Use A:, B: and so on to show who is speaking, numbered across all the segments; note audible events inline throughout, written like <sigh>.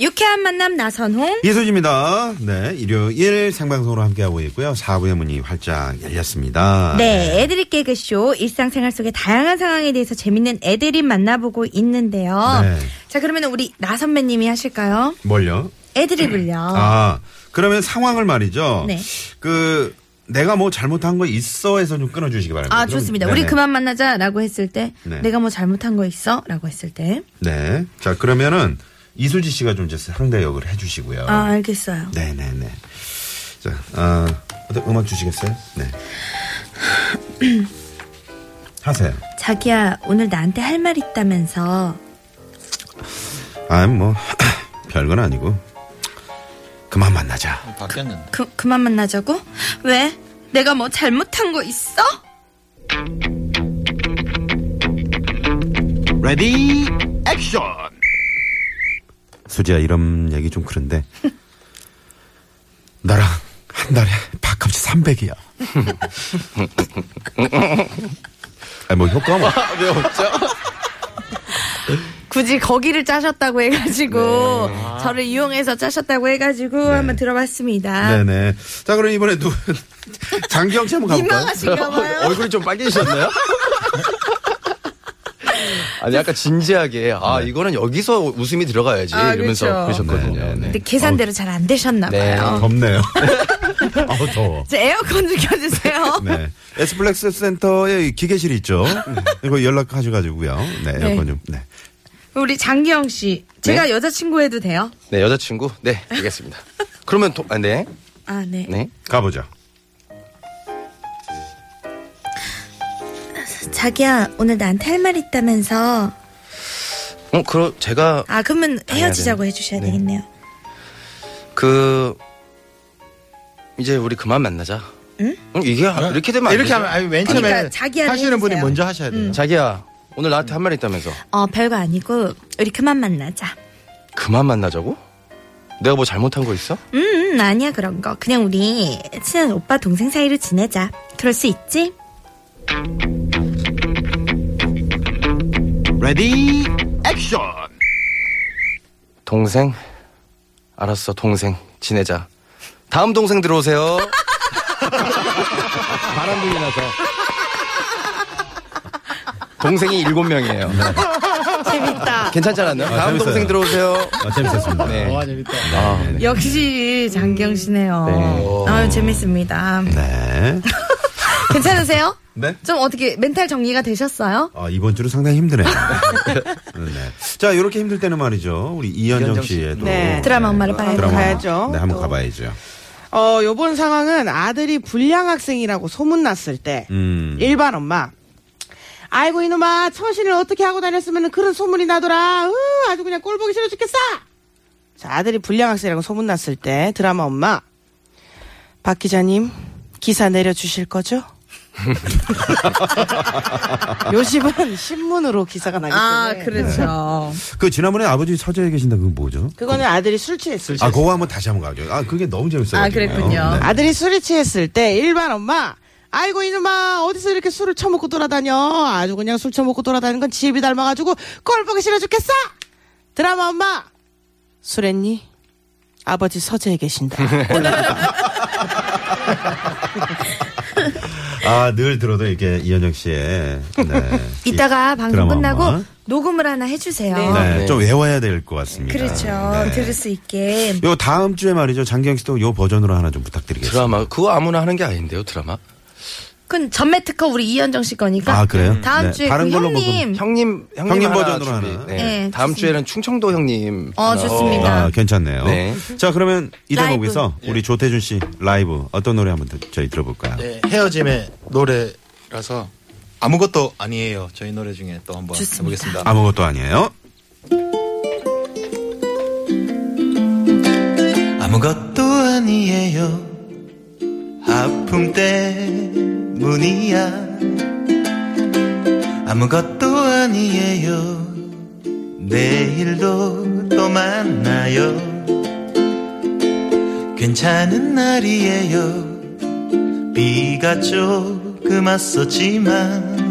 A: 유쾌한 만남
B: 예.
A: 나선홍.
B: 이수지입니다. 네, 일요일 생방송으로 함께하고 있고요. 사부의 문이 활짝 열렸습니다.
A: 네, 애드립 개그쇼 일상생활 속의 다양한 상황에 대해서 재밌는 애드립 만나보고 있는데요.
B: 네.
A: 자, 그러면 우리 나 선배님이 하실까요?
B: 뭘요?
A: 애드립을요.
B: 아, 그러면 상황을 말이죠.
A: 어. 네.
B: 그, 내가 뭐 잘못한 거 있어 해서 좀 끊어주시기 바랍니다.
A: 아,
B: 그럼,
A: 좋습니다.
B: 네네.
A: 우리 그만 만나자라고 했을 때,
B: 네.
A: 내가 뭐 잘못한 거 있어? 라고 했을 때.
B: 네. 자, 그러면은 이수지 씨가 좀 이제 상대 역을 해주시고요.
A: 아, 알겠어요.
B: 네네네. 자, 아, 어떤 음악 주시겠어요? 네. 하세요.
A: 자기야, 오늘 나한테 할 말 있다면서.
B: 아, 뭐, <clears throat> 별건 아니고. 그만 만나자.
C: 바뀌었는데.
A: 그, 그만 만나자고? 왜? 내가 뭐 잘못한 거 있어?
B: 레디 액션 수지야 이런 얘기 좀 그런데 <laughs> 나랑 한 달에 밥값이 300이야 <laughs> 아니 뭐 효과 뭐
C: 왜 없죠?
A: 굳이 거기를 짜셨다고 해가지고,
B: 네.
A: 저를 이용해서 짜셨다고 해가지고 한번
D: 아.
A: 들어봤습니다.
B: 네네 자 그럼 이번에 누 장기영 씨 한번 가볼까요?
A: 민망하신가봐요.
C: <laughs> 얼굴이
D: <laughs>
C: 좀 빨개지셨나요? 아니 아까 진지하게 아
D: 네.
C: 이거는 여기서 웃음이 들어가야지
A: 아,
C: 이러면서
A: 그렇죠.
C: 그러셨거든요.
B: 네, 네,
C: 네.
A: 근데 계산대로 잘 안 되셨나봐요.
D: <laughs>
B: 어, 덥네요 아우 더워
A: 제 에어컨 좀 켜주세요.
B: <laughs> 네 에스플렉스 센터에 기계실이 있죠 네. 이거 연락하셔가지고요 네 에어컨 좀네
A: 우리 장기영 씨, 제가 여자친구 해도 돼요?
C: 네, 여자친구. 네 알겠습니다. 그러면 도, 아, 네.
A: 아, 네.
C: 네.
B: 가보죠
A: 자기야, 오늘 나한테 할 말 있다면서.
C: 어 그럼 제가
A: 아, 그러면 헤어지자고 해주셔야
C: 네.
A: 되겠네요.
C: 그 이제 우리 그만 만나자. 응? 이게 아, 이렇게 되면 안
D: 네. 이렇게
C: 되죠.
D: 하면 아니, 맨 처음에
A: 그러니까 자기한테
D: 하시는 분이
A: 해주세요.
D: 먼저 하셔야
C: 음.
D: 돼요.
C: 자기야 오늘 나한테 한 말 있다면서
A: 어, 별거 아니고, 우리 그만 만나자.
C: 그만 만나자고? 내가 뭐 잘못한 거 있어?
A: 음, 음, 아니야, 그런 거. 그냥 우리 친한 오빠 동생 사이로 지내자. 그럴 수 있지?
D: 레디 액션.
C: 동생? 알았어, 동생. 지내자. 다음 동생 들어오세요. 바람 불이 나서. 동생이 일곱 명이에요. 네.
A: 재밌다.
C: 괜찮지 않았나요?
B: 아,
C: 다음
B: 재밌어요.
C: 동생 들어오세요.
B: 아, 재밌었습니다
C: 네.
D: 와 재밌다.
A: 역시 장기영 씨네요.
C: 네.
A: 아유, 재밌습니다.
B: 네.
A: 괜찮으세요?
B: 네.
A: 좀 어떻게 멘탈 정리가 되셨어요?
B: 아, 이번 주는 상당히 <laughs> 힘드네요. 네. 자, 이렇게 힘들 때는 말이죠. 우리 이현정 씨의 또
E: 네.
A: 드라마 엄마를 봐야
E: 한번 가야죠.
B: 네, 한번
E: 또.
B: 가봐야죠.
E: 어, 요번 상황은 아들이 불량 학생이라고 소문났을 때
B: 음.
E: 일반 엄마 아이고 이놈아 처신을 어떻게 하고 다녔으면 그런 소문이 나더라. 으, 아주 그냥 꼴보기 싫어 죽겠어. 자, 아들이 불량 학생이라고 소문났을 때 드라마 엄마 박 기자님 기사 내려주실
B: <laughs>
E: 거죠? 요즘은 신문으로 기사가 나기
A: 아,
E: 때문에
A: 그렇죠.
B: 그 지난번에 아버지 서재에 계신다 그거 뭐죠?
E: 그거는 아들이 술 취했을 때.
B: 아, 그거 한번 다시 한번 가죠. 아, 그게 너무 재밌어요.
A: 아, 그랬군요.
B: 네.
E: 아들이 술이 취했을 때 일반 엄마 아이고 이놈아 어디서 이렇게 술을 처먹고 돌아다녀 아주 그냥 술 처먹고 돌아다니는 건 집이 닮아가지고 꼴 보기 싫어 죽겠어 드라마 엄마 술했니? 아버지 서재에 계신다
B: 아, 늘 들어도 이렇게 이현정 씨의 네.
A: <laughs> 이따가 방송
B: 드라마
A: 끝나고
B: 엄마.
A: 녹음을 하나 해주세요.
B: 네, 좀 외워야 될 것 같습니다. 네.
A: 그렇죠. 들을 수 있게.
B: 요 다음 주에 말이죠. 장경 씨도 요 버전으로 하나 좀 부탁드리겠습니다.
C: 드라마. 그거 아무나 하는 게 아닌데요, 드라마.
A: 그건 전매 특허 우리 이현정 씨 거니까.
B: 아, 그래요?
A: 다음
B: 네,
A: 주에 그
B: 다른 걸로
A: 형님.
C: 형님, 형님,
B: 형님
C: 하나
B: 버전으로
C: 준비.
B: 하나.
C: 네.
A: 네,
C: 다음 주에는 충청도 형님.
A: 어,
C: 하나.
A: 좋습니다.
B: 아, 괜찮네요.
C: 네.
B: 자, 그러면 이
A: 라이브. 예.
B: 대목에서 우리 조태준 씨 라이브 어떤 노래 한번 들- 저희 들어볼까요?
F: 네, 헤어짐의 노래라서 아무것도 아니에요. 저희 노래 중에 또 한번
A: 좋습니다.
F: 해보겠습니다.
B: 아무것도 아니에요.
F: 아무것도 아니에요.
G: 아픔 때문이야 아무것도 아니에요 내일도 또 만나요 괜찮은 날이에요 비가 조금 왔었지만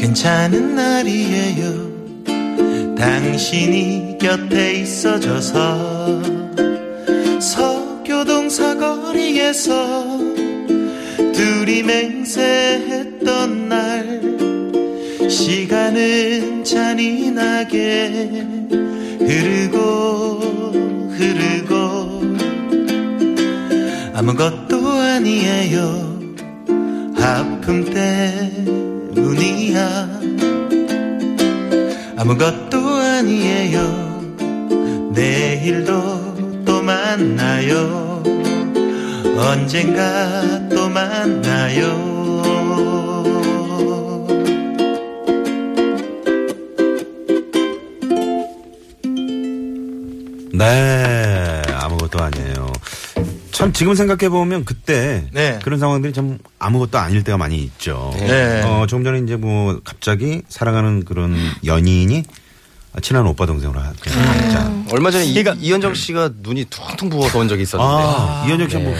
G: 괜찮은 날이에요 당신이 곁에 있어줘서 서교동 사거리에서 둘이 맹세했던 날 시간은 잔인하게 흐르고 흐르고 아무것도 아니에요 아픔 때문이야 아무것도 아니에요 내일도 또 만나요 언젠가 또 만나요
B: 네, 아무것도 아니에요. 참 지금 생각해 보면 그때
F: 네.
B: 그런 상황들이 참 아무것도 아닐 때가 많이 있죠.
F: 네.
B: 어, 조금 전에 이제 뭐 갑자기 사랑하는 그런 연인이 친한 오빠 동생으로 그냥
A: 음.
B: 하자.
C: 얼마 전에 이, 이현정 씨가 눈이 퉁퉁 부어서 온 적이 있었는데.
B: 그러니까 아, 이현정 씨뭐
A: 네.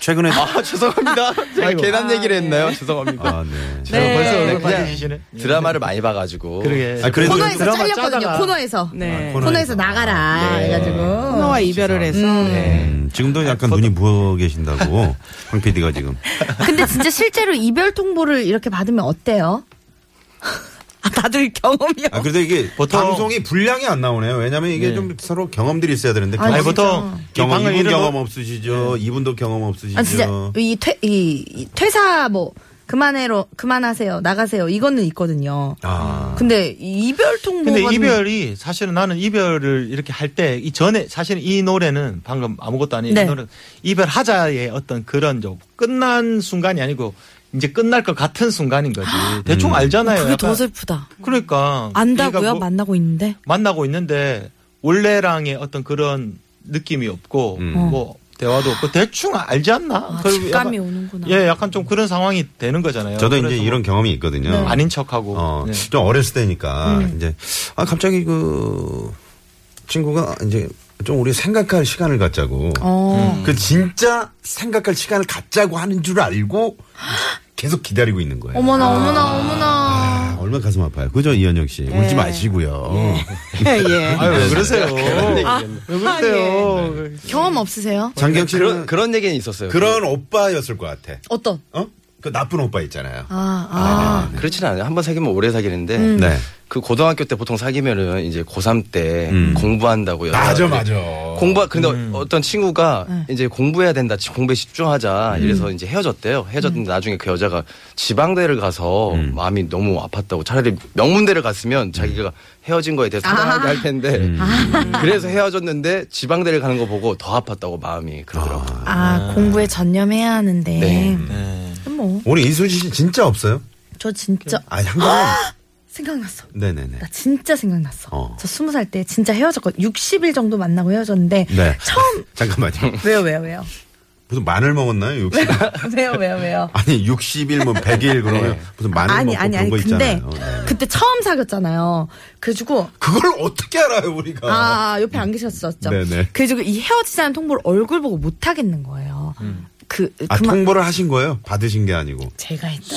B: 최근에
C: 아, <laughs> 죄송합니다. 제가 계단 얘기를 했나요? 죄송합니다.
B: 아, 네.
A: 네.
F: 벌써
C: 네,
F: 얼굴
C: 그냥
F: 빨개지시네.
C: 드라마를 많이 봐가지고.
F: 그러게.
B: 아, 그래도
A: 코너에서
F: 드라마
A: 잘렸거든요.
F: 짜잖아.
A: 코너에서.
E: 네.
B: 코너-
A: 코너에서 나가라.
B: 네.
A: 해가지고.
E: 코너와 이별을 해서
C: 네.
F: 네.
B: 음, 지금도 약간 눈이 부어 계신다고 황 PD가 지금.
A: 근데 진짜 실제로 이별 통보를 이렇게 받으면 어때요? <laughs> 아, 다들 경험이요.
B: 아, 그래도 이게
F: 보통-
B: 방송이 분량이 안 나오네요. 왜냐면 이게 좀 서로 경험들이 있어야 되는데.
A: 아니,
F: 아니
B: 경험이
F: 보통 이
B: 경험,
F: 방을 네.
B: 이분
F: 잃은
B: 경험
F: 거-
B: 없으시죠? 이분도 경험 없으시죠?
A: 아 진짜 이 퇴 이 퇴사 뭐 그만해로 그만하세요 나가세요 이거는 있거든요.
B: 아.
F: 그-
A: 근데 이 이별 통보
F: 근데 이별이 사실은 나는 이별을 이렇게 할 때 이 전에 사실 이 노래는 방금 아무것도 아닌
A: 네.
F: 이 노래 이별하자의 어떤 그런 좀 끝난 순간이 아니고 이제 끝날 것 같은 순간인 거지 대충 알잖아요.
A: 음. 그게 더
F: 약간.
A: 슬프다.
F: 그러니까
A: 안다고요
F: 네가 뭐-
A: 만나고 있는데
F: 만나고 있는데 원래랑의 어떤 그런 느낌이 없고
B: 음.
F: 뭐 대화도 없고 대충 알지 않나?
A: 아,
F: 그리고
A: 직감이
F: 약간-
A: 오는구나.
F: 예, 약간 좀 그런 상황이 되는 거잖아요.
B: 저도 이제
F: 그래서
B: 이런 경험이 있거든요.
A: 네.
F: 뭐 아닌 척하고
B: 어,
F: 네. 음.
B: 좀 어렸을 때니까 이제 아 갑자기 그 친구가 이제 좀 우리 생각할 시간을 갖자고.
A: 어.
B: 그 진짜 생각할 시간을 갖자고 하는 줄 알고
F: <gasps>
B: 계속 기다리고 있는 거예요.
A: 어머나 어머나 어머나
B: 아, 얼마나 가슴 아파요. 그죠 이현영 씨. 울지 마시고요.
A: 예.
E: 예.
F: 아유, 왜 그러세요? 왜
E: 아,
F: 그러세요?
A: 경험 없으세요?
B: 장경
C: 그러니까 그런,
B: 씨는 그런,
C: 그런 얘기는 있었어요.
B: 오빠였을 것 같아.
A: 어떤
B: 어? 그 나쁜 오빠 있잖아요.
A: 아아
C: 그렇진 않아요. 한 번 사귀면 오래 사귀는데.
A: 음.
F: 음.
B: 네.
C: 그 고등학교 때 보통 사귀면은 이제 고3 때
B: 음.
C: 공부한다고요.
B: 맞아, 맞아.
C: 공부 근데
F: 음.
C: 어떤 친구가 이제 공부해야 된다. 지- 공부에 집중하자.
F: 음.
C: 이래서 이제 헤어졌대요. 헤어졌는데 나중에 그 여자가 지방대를 가서 마음이 너무 아팠다고 차라리 명문대를
F: 음.
C: 갔으면 자기가 헤어진 거에 대해서 사랑하게 할 텐데 그래서 헤어졌는데 지방대를 가는 거 보고 더 아팠다고 마음이 그러더라고요.
A: 아, 공부에 전념해야 하는데
F: 네.
A: 뭐
B: 오늘 이수지 씨 진짜 없어요?
A: 저 진짜
B: 아, 한
A: <gasps>
B: 번은.
A: 생각났어.
B: 네네네.
A: 나 진짜 생각났어.
B: 어.
A: 저 스무 살 때 진짜 헤어졌거든. 60일 정도 만나고 헤어졌는데
B: 네.
A: 처음
B: 잠깐만요.
A: 왜요 왜요 <laughs> 왜요
B: 무슨 마늘 먹었나요? 60.
A: <laughs> 왜요 왜요 왜요.
B: 아니 60일 뭐 100일 그러면 무슨 마늘
A: 네. 아니
B: 먹고
A: 아니 아니
B: 뭐 그런 거
A: 근데
B: 있잖아요. 네.
A: 그때 처음 사귀었잖아요. 그래가지고
B: 그걸 어떻게 알아요 우리가?
A: 아 옆에 안 계셨었죠.
B: 네네.
A: 그래가지고 이 헤어지자는 통보를 얼굴 보고 못 하겠는 거예요. 그
B: 아,
A: 그만
B: 통보를 하신 거예요? 받으신 게 아니고.
A: 제가 했다.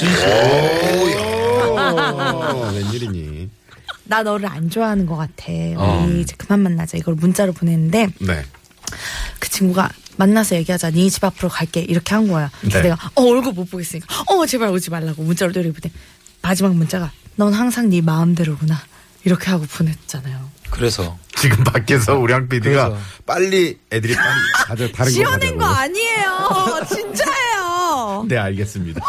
B: 어, 웬일이니?
A: 나 너를 안 좋아하는 것 같아. 우리
B: 어.
A: 이제 그만 만나자. 이걸 문자로 보냈는데
B: 네.
A: 그 친구가 만나서 얘기하자. 네 집 앞으로 갈게. 이렇게 한 거야. 그래서
B: 네.
A: 내가 어 얼굴 못 보겠으니까 어 제발 오지 말라고 문자로 때리고 보내. 마지막 문자가 넌 항상 네 마음대로구나. 이렇게 하고 보냈잖아요.
F: 그래서
B: 지금 밖에서 우량 PD가 빨리 애들이 빨리 다들 다른
A: 지어낸 거
B: 가자고.
A: 아니에요. <laughs> 진짜예요.
B: 네 알겠습니다.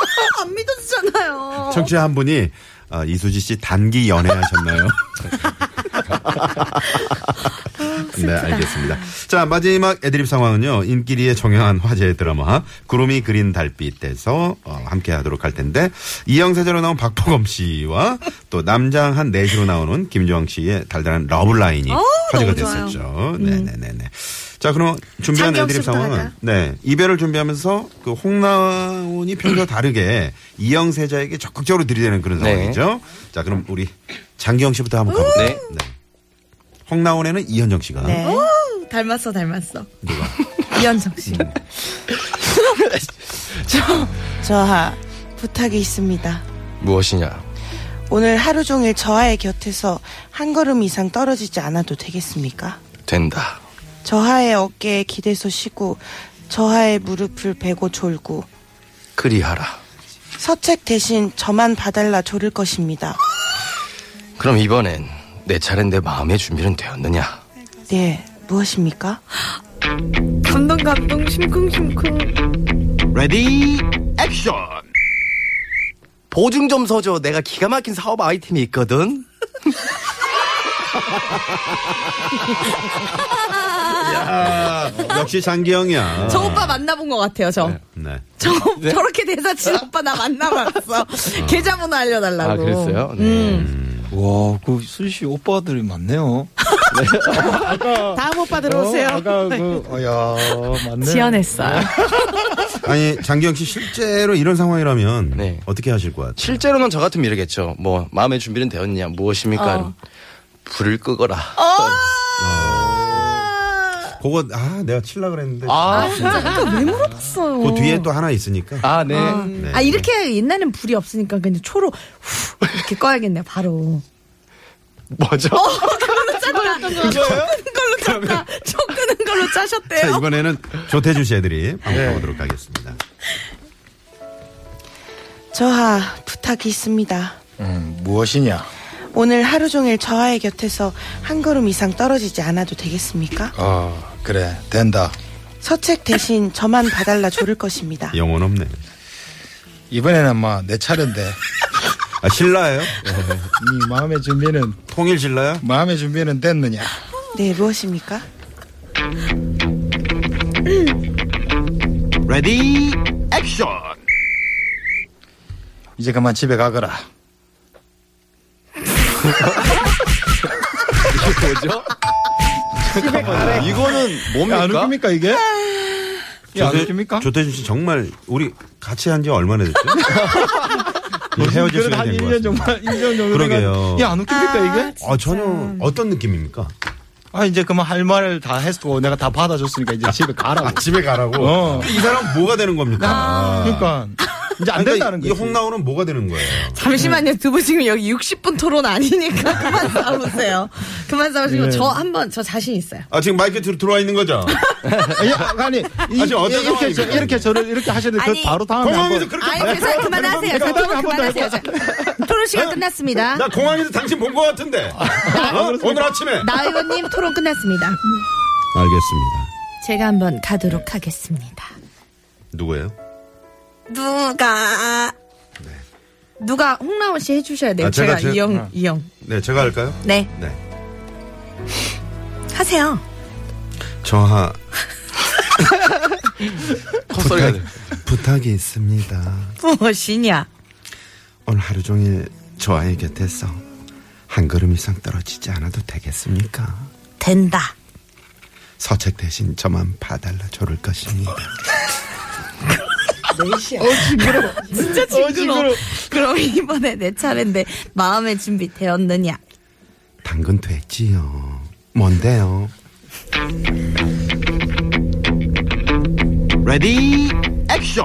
A: 안 믿어지잖아요.
B: 청취자 한 분이 아, 이수지 씨
A: <laughs>
B: 단기 연애하셨나요? 네, 알겠습니다. 자, 마지막 애드립 상황은요. 인기리에 정형한 화제의 드라마 구름이 그린 달빛에서 어, 함께 하도록 할 텐데 이영세자로 나온 박보검 씨와 또 남장 한 내시로 나오는 김조항 씨의 달달한 러블라인이 화제가 됐었죠. 네, 네, 네, 네. 자, 그럼 준비한
A: 음. 장경
B: 애드립
A: 씨부터
B: 상황은
A: 할까요?
B: 네 이별을 준비하면서 그 홍나원이 평소 와 다르게 <clears throat> 이영세자에게 적극적으로 들이대는 그런
C: 네.
B: 상황이죠. 자, 그럼 우리 장기영 씨부터 한번 가볼까요?
C: 네.
A: 음.
B: 홍나원에는 이현정 씨가
E: 네.
A: 닮았어, 닮았어.
B: 누가? 음.
A: 이현정 씨.
E: 저하 부탁이 있습니다.
C: 무엇이냐?
E: 오늘 하루 종일 저하의 곁에서 한 걸음 이상 떨어지지 않아도 되겠습니까?
C: 된다.
E: 저하의 어깨에 기대서 쉬고 저하의 무릎을 베고 졸고
C: 그리하라.
E: 서책 대신 저만 봐달라 졸을 것입니다.
C: 그럼 이번엔 내 차례인데 마음의 준비는 되었느냐?
E: 네, 무엇입니까?
A: 감동, 감동, 심쿵심쿵.
D: 레디 액션
C: 보증 좀 서줘. 내가 기가 막힌 사업 아이템이 있거든.
B: 아, 역시 장기영이야.
A: 저 오빠 만나본 것 같아요, 저.
B: 네.
A: 저, <laughs> 저렇게 대사 치는 오빠 나 만나봤어. 계좌번호 알려달라고.
C: 아, 그랬어요? 네.
F: 와, 그 수지 오빠들이 많네요.
A: 어.
E: 다음 오빠 들어오세요.
F: 아까
A: 네.
F: 그, 어, 야, 맞네.
A: 지연했어요. <laughs>
B: 아니 장기영 씨 실제로 이런 상황이라면
C: 네.
B: 어떻게 하실 것 같아요?
C: 실제로는 저 같으면 이러겠죠. 뭐 마음의 준비는 되었냐? 무엇입니까? 불을 끄거라.
B: 그거 아 내가 칠라 그랬는데
C: 아,
B: 그 뒤에 또 하나 있으니까.
C: 아, 네.
B: 네.
A: 아, 이렇게 옛날엔 불이 없으니까 그냥 초로 후, 이렇게 꺼야겠네, 바로.
C: 뭐죠?
A: 걸로 짰다. 초 끄는 걸로
B: 자,
A: 짜셨대요.
B: 이번에는 조태주 씨 애들이
C: 네.
B: 한번 가보도록 하겠습니다.
E: 저하 부탁이 있습니다.
F: 음, 무엇이냐?
E: 오늘 하루 종일 저하의 곁에서 한 걸음 이상 떨어지지 않아도 되겠습니까?
F: 아, 그래, 된다.
E: 서책 대신 저만 봐달라 조를
F: 예.
E: 것입니다.
B: 영혼 없네.
F: 이번에는 막 내 차례인데, 네.
B: 아 신라예요?
F: 이 마음의 준비는,
B: 통일 신라야?
F: 마음의 준비는 됐느냐?
E: 네, 무엇입니까?
D: 레디 액션
F: 이제 그만 집에 가거라.
C: 이거는
F: 야, 안 웃깁니까,
A: 아.
F: 이게? 야, 안
B: 조태-
F: 웃깁니까?
B: 조태주 씨 정말 우리 같이 한 지 얼마나
F: <laughs>
B: 됐죠? 이제 헤어질
F: 그래도
B: 시간이
F: 한
B: 된것
F: 1년
B: 같습니다.
F: 정도, 1년 정도.
B: 그러게요.
F: 야, 안 웃깁니까, 이게?
B: 아 전혀 어떤 느낌입니까?
F: 아, 이제 그만 할 말을 다 했고, 내가 다 받아줬으니까 이제 집에 가라고.
B: 아 집에 가라고.
F: 어.
B: 이 사람 뭐가 되는 겁니까?
F: 그러니까, 이제 안
B: 그러니까
F: 된다는
B: 이
F: 거지.
B: 홍나오는 뭐가 되는 거예요?
A: 잠시만요. 두 분 지금 여기 60분 토론 아니니까 <laughs> 그만 싸우세요. 그만 싸우시고
F: 예.
A: 저 한번 저 자신 있어요.
B: 아 지금 마이크 뒤로 들어와 있는 거죠?
F: 아니, 아니, 이,
B: 아, 지금 어떤
F: 이렇게, 저,
B: 상황입니까?
F: 이렇게 저를 이렇게 하시는데 그
H: 아니,
F: 바로 다음에 한
B: 공항에서
F: 번.
B: 그렇게
H: 아니, 그래서 그만하세요. 저 토론 그만하세요. 저. 토론 시간 끝났습니다.
B: 어? 나 공항에서 당신 본 것 같은데
F: 아,
B: 어? 오늘 아침에
H: 나 의원님 토론 끝났습니다.
B: 알겠습니다.
H: 제가 한번
A: 네.
H: 가도록 하겠습니다.
B: 누구예요?
H: 누가
A: 누가 홍나원 씨 해주셔야 돼요.
B: 아, 제가
A: 제가,
B: 제-
A: 이영,
F: 아.
A: 이영.
B: 네, 제가 할까요?
H: 네
B: 네.
H: 하세요.
B: 저하
C: 헛소리가 돼.
B: 부탁이 있습니다.
A: 무엇이냐.
B: 오늘 하루 종일 저와의 곁에서 한 걸음 이상 떨어지지 않아도 되겠습니까?
H: 된다.
B: 서책 대신 저만 봐달라 조를 것입니다.
H: 진짜 징그러. 그럼 이번에 내 차례인데 마음의 준비 되었느냐?
B: 당근 됐지요. 뭔데요?
D: 레디 액션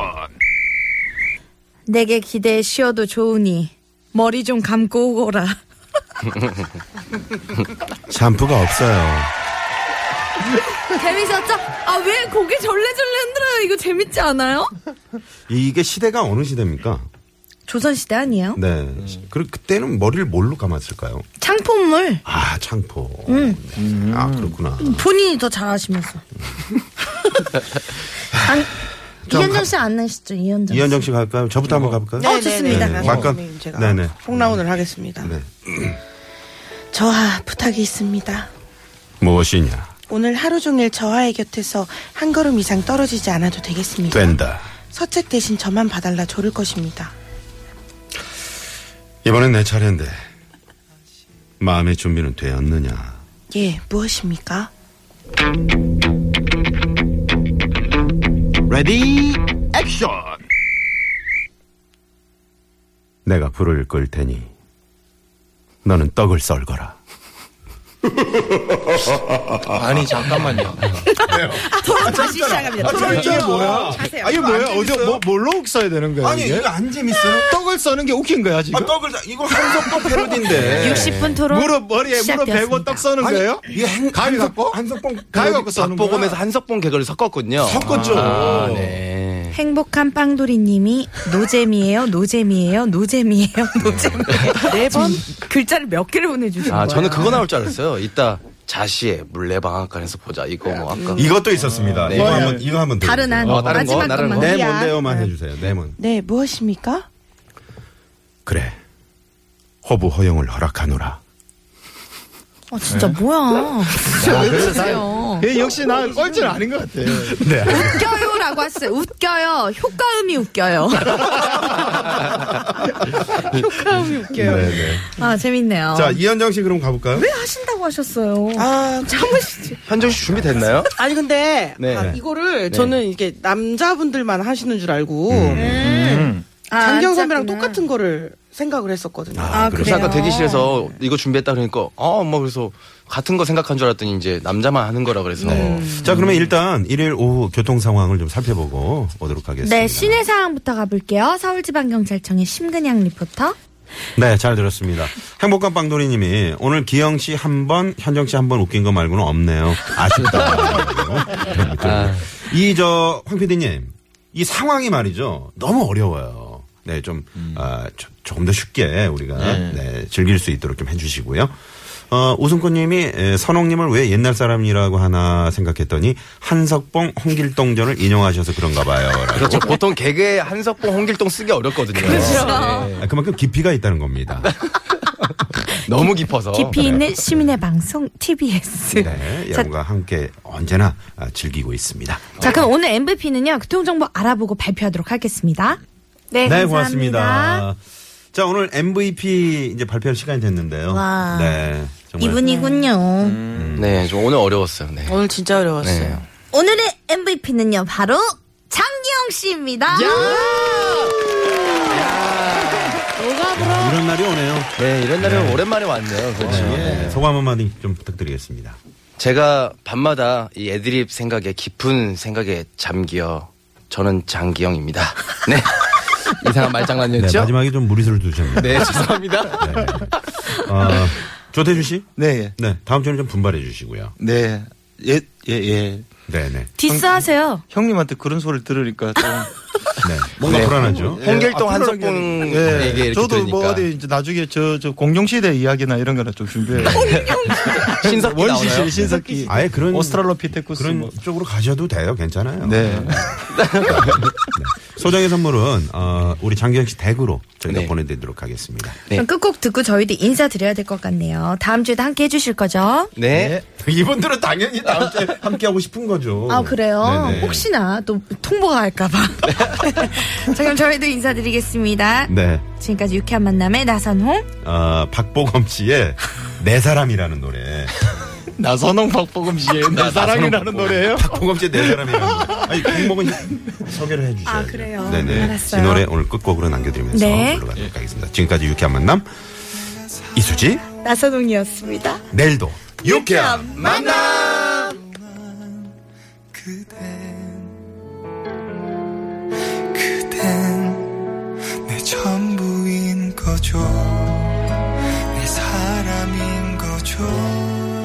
A: 내게 기대에 쉬어도 좋으니 머리 좀 감고 오거라.
B: 샴푸가 없어요.
A: 재밌었죠? 아 왜 고개 절레절레 흔들어요? 이거 재밌지 않아요?
B: 이게 시대가 어느 시대입니까?
A: 조선시대 아니에요?
B: 네. 그리고 그때는 머리를 뭘로 감았을까요?
A: 창포물
B: 아, 창포.
A: 음.
B: 네. 아, 그렇구나.
A: 본인이 더 잘하시면서. 아니,
B: 좀
A: 이현정
B: 가-
A: 씨 안 나시죠? 이현정. 씨.
B: 이현정 씨 갈까요? 저부터 한번 가볼까요?
A: 어, 좋습니다.
B: 네,
E: 네,
B: 잠깐.
E: 네, 제가
B: 네네.
E: 홍라운을 하겠습니다.
B: 네.
E: 저하 부탁이 있습니다.
B: 무엇이냐?
E: 오늘 하루 종일 저하의 곁에서 한 걸음 이상 떨어지지 않아도 되겠습니까?
B: 된다.
E: 서책 대신 저만 봐달라 조를 것입니다.
B: 이번엔 내 차례인데 마음의 준비는 되었느냐?
E: 예, 무엇입니까?
I: Ready, action!
B: 내가 불을 끌 테니 너는 떡을 썰거라.
F: 아니 잠깐만요.
A: 토론 아, 다시 시작합니다. 토론
F: 이게 뭐야?
A: 자세요.
F: 아, 이게 뭐야? 어디 뭐, 뭘로 써야 되는 거야
B: 아니
F: 이게?
B: 이거 안 재밌어요?
F: 떡을 써는 게 웃긴 거야 지금?
B: 아 떡을 사- 이거 한석 떡 패러디인데.
A: 60분 토론
F: 무릎 머리에 무릎 베고 떡 써는
B: 아니,
F: 거예요?
B: 이게 한,
F: 가위
B: 한석-
F: 갖고?
B: 한석 뽕
F: 가위 갖고 써는 거야?
C: 박보검에서 한석봉 계절을 섞었군요.
B: 섞었죠.
C: 아, 네.
A: 행복한 빵돌이님이 노잼이에요, 노잼이에요, 노잼이에요, <laughs> 노잼이에요. 네 번 글자를 몇 개를 보내주신
C: 아
A: 거예요.
C: 저는 그거 나올 줄 알았어요. 이따 자시의 물레방앗간에서 보자. 이거 뭐 아까
B: 이것도 있었습니다. 이거
F: 네.
B: 한번 이거 한번
A: 다른 한
C: 어, 다른 거,
A: 마지막
C: 다른
A: 것만.
C: 거.
B: 네
E: 야.
B: 뭔데요만 해주세요. 네몬.
E: 네, 무엇입니까?
B: 그래. 허브 허용을 허락하노라.
A: 아 진짜
C: 네.
A: 뭐야? 웃겨요.
F: 얘 역시 나 꼴찌는 아닌 것 같아.
B: 네.
A: 웃겨요라고 했어요. 웃겨요. 효과음이 웃겨요. 효과음이 웃겨요.
B: 네네.
A: 아 재밌네요.
B: 자 이현정 씨 그럼 가볼까요?
A: 왜 하신다고 하셨어요?
E: 아, 참으시지.
C: 현정 씨 준비됐나요?
E: 아니, 근데,
C: 네. 음.
E: 아, 이거를 저는 이렇게 남자분들만 하시는 줄 알고, 음. 장경 선배랑 똑같은 거를 생각을 했었거든요.
A: 아,
C: 그래서
A: 그래요?
C: 아까 대기실에서 이거 준비했다 그러니까 어, 엄마 그래서 같은 거 생각한 줄 알았더니 이제 남자만 하는 거라 그래서
B: 어. 자 그러면 일단 일일 오후 교통 상황을 좀 살펴보고 오도록 하겠습니다.
A: 네, 시내 상황부터 가볼게요. 서울지방경찰청의 심근양 리포터.
B: 네, 잘 들었습니다. 행복한 빵돌이님이 오늘 기영 씨 한 번, 현정 씨 한 번 웃긴 거 말고는 없네요. <laughs> 아쉽다. 이 저 황 PD님 이 상황이 말이죠. 너무 어려워요. 네, 좀 아, 조- 조금 더 쉽게 우리가 네, 즐길 수 있도록 좀 해주시고요. 어, 우승권님이 에, 선홍님을 왜 옛날 사람이라고 하나 생각했더니 한석봉 홍길동전을 인용하셔서 그런가 봐요. 라고.
C: 그렇죠. 보통 개그에 한석봉 홍길동 쓰기 어렵거든요. 네.
B: 아, 그만큼 깊이가 있다는 겁니다.
C: 너무 깊어서
A: 깊이 있는 시민의 방송 <laughs> TBS.
B: 네, 여러분과 함께 언제나 아, 즐기고 있습니다.
A: 자, 그럼 오늘 MVP는요. 교통정보 알아보고 발표하도록 하겠습니다. 네, 감사합니다.
B: 자, 오늘 MVP 이제 발표할 시간이 됐는데요.
A: 와.
B: 네. 정말
A: 이분이군요.
C: 네, 좀 오늘 어려웠어요. 네.
E: 오늘 진짜 어려웠어요.
C: 네.
A: 오늘의 MVP는요. 바로 장기영 씨입니다.
B: 이런 날이 오네요.
C: 네, 이런 날이 오랜만에 왔네요. 그렇죠.
B: 네, 소감 한마디 좀 부탁드리겠습니다.
C: 제가 밤마다 이 애드립 생각에 깊은 생각에 잠기어 저는 장기영입니다. <laughs> 네. 이상한
B: 네,
C: 말장난이었죠?
B: 마지막에 좀 무리수를 두셨네요.
C: 네, 죄송합니다.
B: 아, 조태준 씨?
F: 네,
B: 네, 다음 주에는 좀 분발해 주시고요.
F: 네, 예, 예, 예.
B: 네, 네.
A: 디스하세요.
F: 형님한테 그런 소리를 들으니까 좀
B: 네. 뭔가 불안하죠?
C: 홍길동
F: 아,
C: 한석봉에게
F: 예,
C: 이렇게
F: 저도 뭐
C: 들으니까.
F: 어디 이제 나중에 저, 저 공룡시대 이야기나 이런 거는 좀 준비해.
C: 신석기 나오나요?
F: 원시시, 신석기,
B: 아예 그런
F: 오스트랄로피테쿠스
B: 그런
F: 뭐.
B: 쪽으로 가셔도 돼요. 괜찮아요.
F: 네.
B: 소정의 선물은 어, 우리 장기영 씨 댁으로 저희가
C: 네.
B: 보내드리도록 하겠습니다.
C: 네.
A: 그럼 끝곡 듣고 저희도 인사드려야 될 것 같네요. 다음 주에도 함께 해주실 거죠?
C: 네.
B: <laughs> 이분들은 당연히 다음 주에 함께 하고 싶은 거죠.
A: 아 그래요?
B: 네네.
A: 혹시나 또 통보가 할까봐. 자 그럼 저희도 인사드리겠습니다.
B: 네,
A: 지금까지 유쾌한 만남의 나선홍.
B: 어, 박보검 씨의 내 사람이라는 노래.
F: 나선홍 박보검 씨의 내 사랑이라는 노래예요.
B: 박보검 씨의 내 사람이라는 노래. 아니, 공목은 소개를 해주셔야
A: 아, 그래요?
B: 네네.
A: 알았어요.
B: 이 노래 오늘 끝곡으로 남겨드리면서
A: 네.
B: 불러가도록 하겠습니다. 지금까지 유쾌한 만남 이수지
A: 나선홍이었습니다.
B: 내일도 유쾌한
G: 그댄 그댄 내 전부인 거죠 내 사람인 거죠